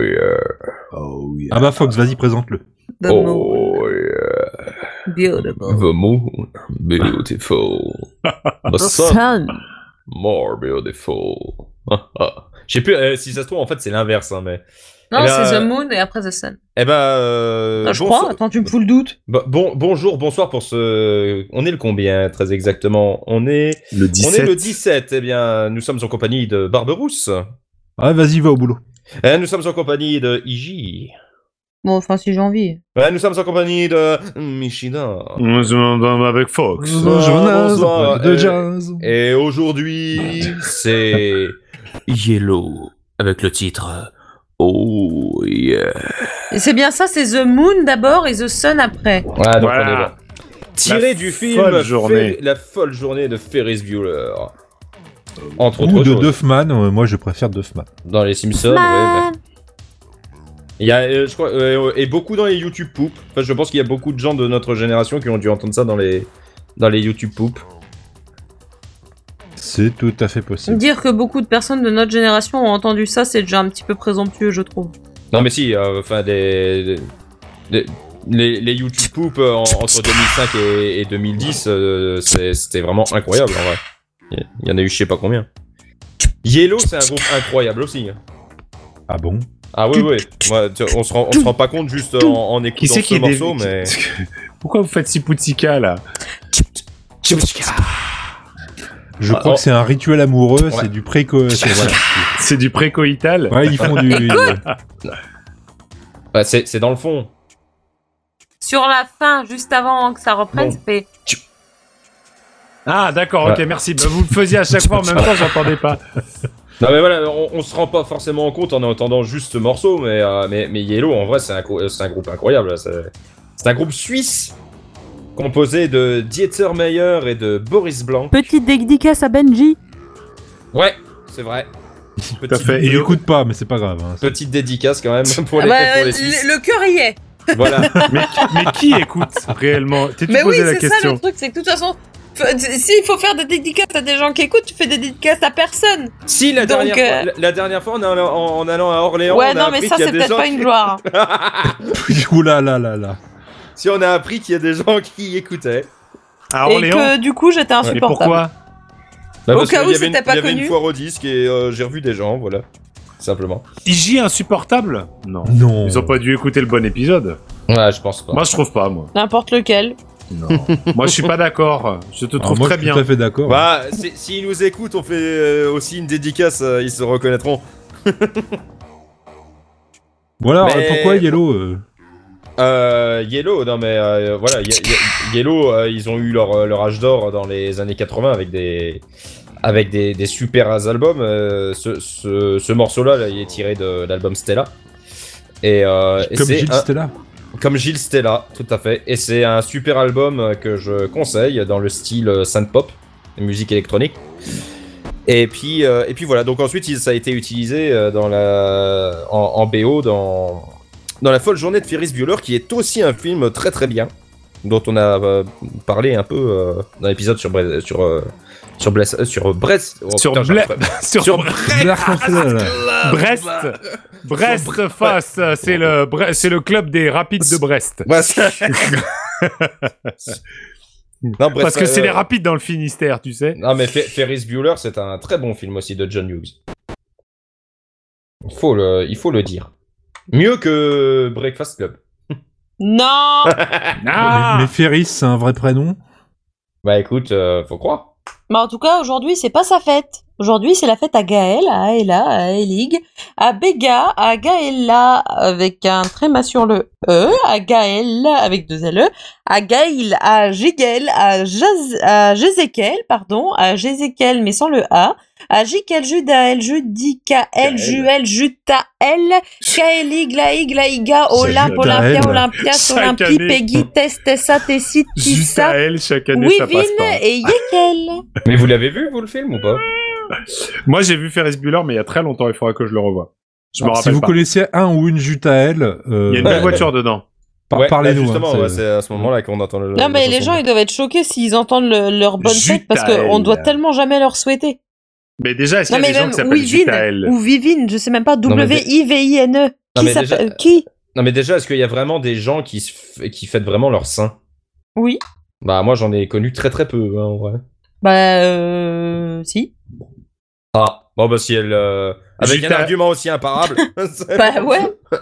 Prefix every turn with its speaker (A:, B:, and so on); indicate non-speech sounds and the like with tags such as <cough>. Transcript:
A: yeah.
B: Oh yeah.
C: Ah bah Fox, vas-y, présente-le.
D: The moon.
A: Oh yeah.
D: Beautiful.
A: The moon. Beautiful.
D: <laughs>
A: The
D: The
A: sun.
D: sun.
A: More beautiful. <laughs> Ah, ah. Je sais plus euh, si ça se trouve, en fait, c'est l'inverse. hein, mais...
D: Non,
A: Eh ben,
D: c'est
A: euh,
D: The Moon et après The Sun.
A: Eh ben. euh,
D: Ah, je
A: bonso-
D: crois, attends, tu me fous le doute.
A: Bon, bon- bonjour, bonsoir pour ce. On est le combien, très exactement On est.
B: Le
A: On est
B: 17.
A: le 17. Eh bien, nous sommes en compagnie de Barberousse.
C: Ah, vas-y, va au boulot.
A: Eh, nous sommes en compagnie de Iji.
D: Bon, enfin, si j'ai envie.
A: Eh, nous sommes en compagnie de Michina.
B: Nous sommes avec Fox. euh,
A: Bonsoir, bonsoir,
C: de
A: euh,
C: jazz.
A: Et aujourd'hui, c'est. Yellow. Avec le titre. euh, Oh yeah.
D: Et C'est bien ça, c'est The Moon d'abord et The Sun après.
A: Ouais, donc
B: Voilà.
A: on est là. Tiré du film
B: folle
A: Fer-
B: journée.
A: La folle journée de Ferris Bueller. Entre
C: Ou
A: autres
C: de
A: choses.
C: Duffman, euh, moi je préfère Duffman.
A: Dans les Simpsons,
D: Bah.
A: ouais, bah. ouais. Il y a, euh, je crois, euh, et beaucoup dans les YouTube Poop. Enfin, je pense qu'il y a beaucoup de gens de notre génération qui ont dû entendre ça dans les, dans les YouTube Poop.
C: C'est tout à fait possible.
D: Dire que beaucoup de personnes de notre génération ont entendu ça, c'est déjà un petit peu présomptueux, je trouve.
A: Non, mais si, euh, enfin, des, des- les, les YouTube Poop euh, en- entre 2005 et, et 2010, euh, c'est- c'était vraiment incroyable en vrai. Il y- il y en a eu je sais pas combien. Yellow, c'est un groupe incroyable aussi. hein.
B: Mm.
C: Ah bon
A: Ah oui, oui. Ouais, tu- on, se rend, on se rend pas compte juste en, en
B: Qui
A: écoutant
B: c'est
A: ce
B: qui est des...
A: morceau, mais.
B: <laughs> Pourquoi vous faites si poutica là
C: Je
A: Ah,
C: crois
A: oh.
C: que c'est un rituel amoureux,
A: Ouais.
C: c'est du préco. c'est- voilà.
B: <laughs> C'est du précoital
C: Ouais, ils font
B: <laughs>
C: du.
A: Bah, c'est c'est dans le fond.
D: Sur la fin, juste avant que ça reprenne,
A: Bon.
D: ça fait
B: Ah d'accord, ok, merci. Bah, vous le faisiez à chaque fois en même temps, j'entendais pas.
A: Non mais voilà, on, on se rend pas forcément compte en entendant juste ce morceau, mais, euh, mais, mais Yellow en vrai c'est un, co- c'est un groupe incroyable. C'est c'est un groupe suisse composé de Dieter Meyer et de Boris Blanc.
E: Petite dédicace à Benji.
A: Ouais, c'est vrai.
B: à fait.
C: Ils
B: Et-
C: écoutent pas, mais c'est pas grave.
B: <laughs>
C: hein.
A: Petite dédicace quand même pour
D: Ah
A: les,
D: bah,
A: pour les Suisses.
D: le, le cœur y est.
A: Voilà.
B: Mais, mais qui écoute réellement T'es
D: Mais oui,
B: posé la
D: c'est ça
B: question.
D: le truc, c'est que de toute façon, f- euh, s'il faut faire des dédicaces à des gens qui écoutent, tu fais des dédicaces à personne.
A: Si la
D: Donc,
A: dernière,
D: euh,
A: fois, la, la dernière fois en allant, en- en allant à Orléans,
D: ouais,
A: on a
D: non, mais
A: appris
D: ça,
A: qu'il y a
D: c'est
A: des
D: peut-être
A: gens
D: pas
A: qui-
D: une gloire. hein.
C: Ouh là là là là.
A: Si on a appris qu'il y a des gens qui écoutaient.
B: À
D: Et
B: Orléans
D: que du coup, j'étais
B: Mais
D: insupportable.
B: pourquoi
D: Au
A: Bah, parce
D: cas
A: qu'il
D: où
A: y avait une-
D: c'était pas
A: Il y avait une
D: connu.
A: foire au disque et euh, j'ai revu des gens, voilà. Simplement.
B: IJ insupportable Non.
C: Non.
B: Ils ont pas dû écouter le bon épisode.
A: Ouais, je pense pas.
B: Moi, je trouve pas, moi.
D: N'importe lequel.
B: Non. moi, je suis pas d'accord. Ah, Je te
C: Alors,
B: trouve
C: Ah, moi,
B: très
C: je suis
B: bien.
C: Tout à fait d'accord.
A: Bah, si- s'ils nous écoutent, on fait euh, aussi une dédicace, euh, ils se reconnaîtront.
C: Voilà,
A: mais-
C: pourquoi Yellow euh,
A: Euh, Yellow, non mais euh, voilà, Ye- Ye- Yellow, euh, ils ont eu leur, euh, leur âge d'or dans les années 80 avec des avec des, des super albums. euh, ce ce, ce morceau-là, là, il est tiré de l'album Stella. Et, euh, et
C: Comme
A: c'est
C: Gilles
A: un-
C: Stella.
A: comme Gilles Stella, tout à fait. Et c'est un super album euh, que je conseille dans le style euh, synth-pop, musique électronique. Et puis, euh, et puis voilà, donc ensuite il- ça a été utilisé euh, dans la, en, en BO dans, dans La folle journée de Ferris Bueller, qui est aussi un film très très bien, dont on a euh, parlé un peu euh, dans l'épisode sur Brest. Sur, euh, sur, Brest- euh, sur Brest. Oh,
B: Sur
A: putain, j'arrive
B: Ble- Sur,
A: Sur pas.
B: Brest, Brest face, c'est le, Bre- c'est le club des rapides de Brest.
A: Ouais, <laughs> c'est- Non, Brest,
B: Parce que c'est
A: euh,
B: les rapides dans le Finistère, tu sais.
A: Non, mais Fer- Ferris Bueller, c'est un très bon film aussi de John Hughes. Il faut le, il faut le dire. Mieux que Breakfast Club.
D: Non
B: Ah
C: Mais, mais Ferris, c'est un vrai prénom.
A: Bah écoute, euh, faut croire.
D: Mais en tout cas, aujourd'hui, c'est pas sa fête. Aujourd'hui, c'est la fête à Gaël, à Aela, à Elig, à Béga, à Gaëlla avec un tréma sur le E, à Gaël avec deux LE, à Gaïl, à Jigel, à, Jaz- à Jézékel, pardon, à Jézékel mais sans le A, à Jikel, Judaël, Judicaël,
A: Gaël.
D: Juel, Jutaël, Kaelig, Laïg, Laïga, Olympe, Olympia,
C: Jutaël.
D: Olympias,
B: Chaque
D: Olympie,
B: année.
D: Peggy, Tess, Tessa, Tessie,
B: Juste
D: Tissa,
B: à elle, chaque année, ça
D: Wivin
B: passe pas.
D: et Yekel.
A: Mais vous l'avez vu, vous, le film ou pas
B: Moi, j'ai vu Ferris Bueller, mais il y a très longtemps, il faudra que je le revoie. Je me
C: Alors, si
B: rappelle
C: vous
B: pas.
C: connaissez un ou une jute à elle, euh,
B: Il y a une belle
A: Ouais.
B: voiture dedans.
C: par-
A: Ouais, bah,
C: parlez-nous. hein,
A: Justement,
C: c'est-
A: ouais, c'est à ce moment-là qu'on entend le.
D: Non,
B: euh,
A: la
D: mais les
A: chanson.
D: gens, ils doivent être choqués s'ils entendent le- leur bonne fête parce
B: Jutaël.
D: qu'on doit tellement jamais leur souhaiter.
B: Mais déjà, est-ce
D: Non,
B: qu'il y
D: mais
B: a des gens
D: même
B: qui s'appellent Jutaël
D: Wivin ou Vivine, je sais même pas,
A: Non, mais-
D: W-I-V-I-N-E.
A: Non,
D: E. Qui
A: mais déjà-
D: s'appelle euh, Qui
A: Non, mais déjà, est-ce qu'il y a vraiment des gens qui, se f- qui fêtent vraiment leur sein
D: Oui.
A: Bah, moi, j'en ai connu très très peu, hein, en vrai.
D: Bah, euh,
B: <laughs>
D: si.
A: Ah, bon, bah, si elle. euh, Avec
D: <laughs>
B: Jutta-
A: un argument aussi imparable. <laughs>
D: Bah, ouais.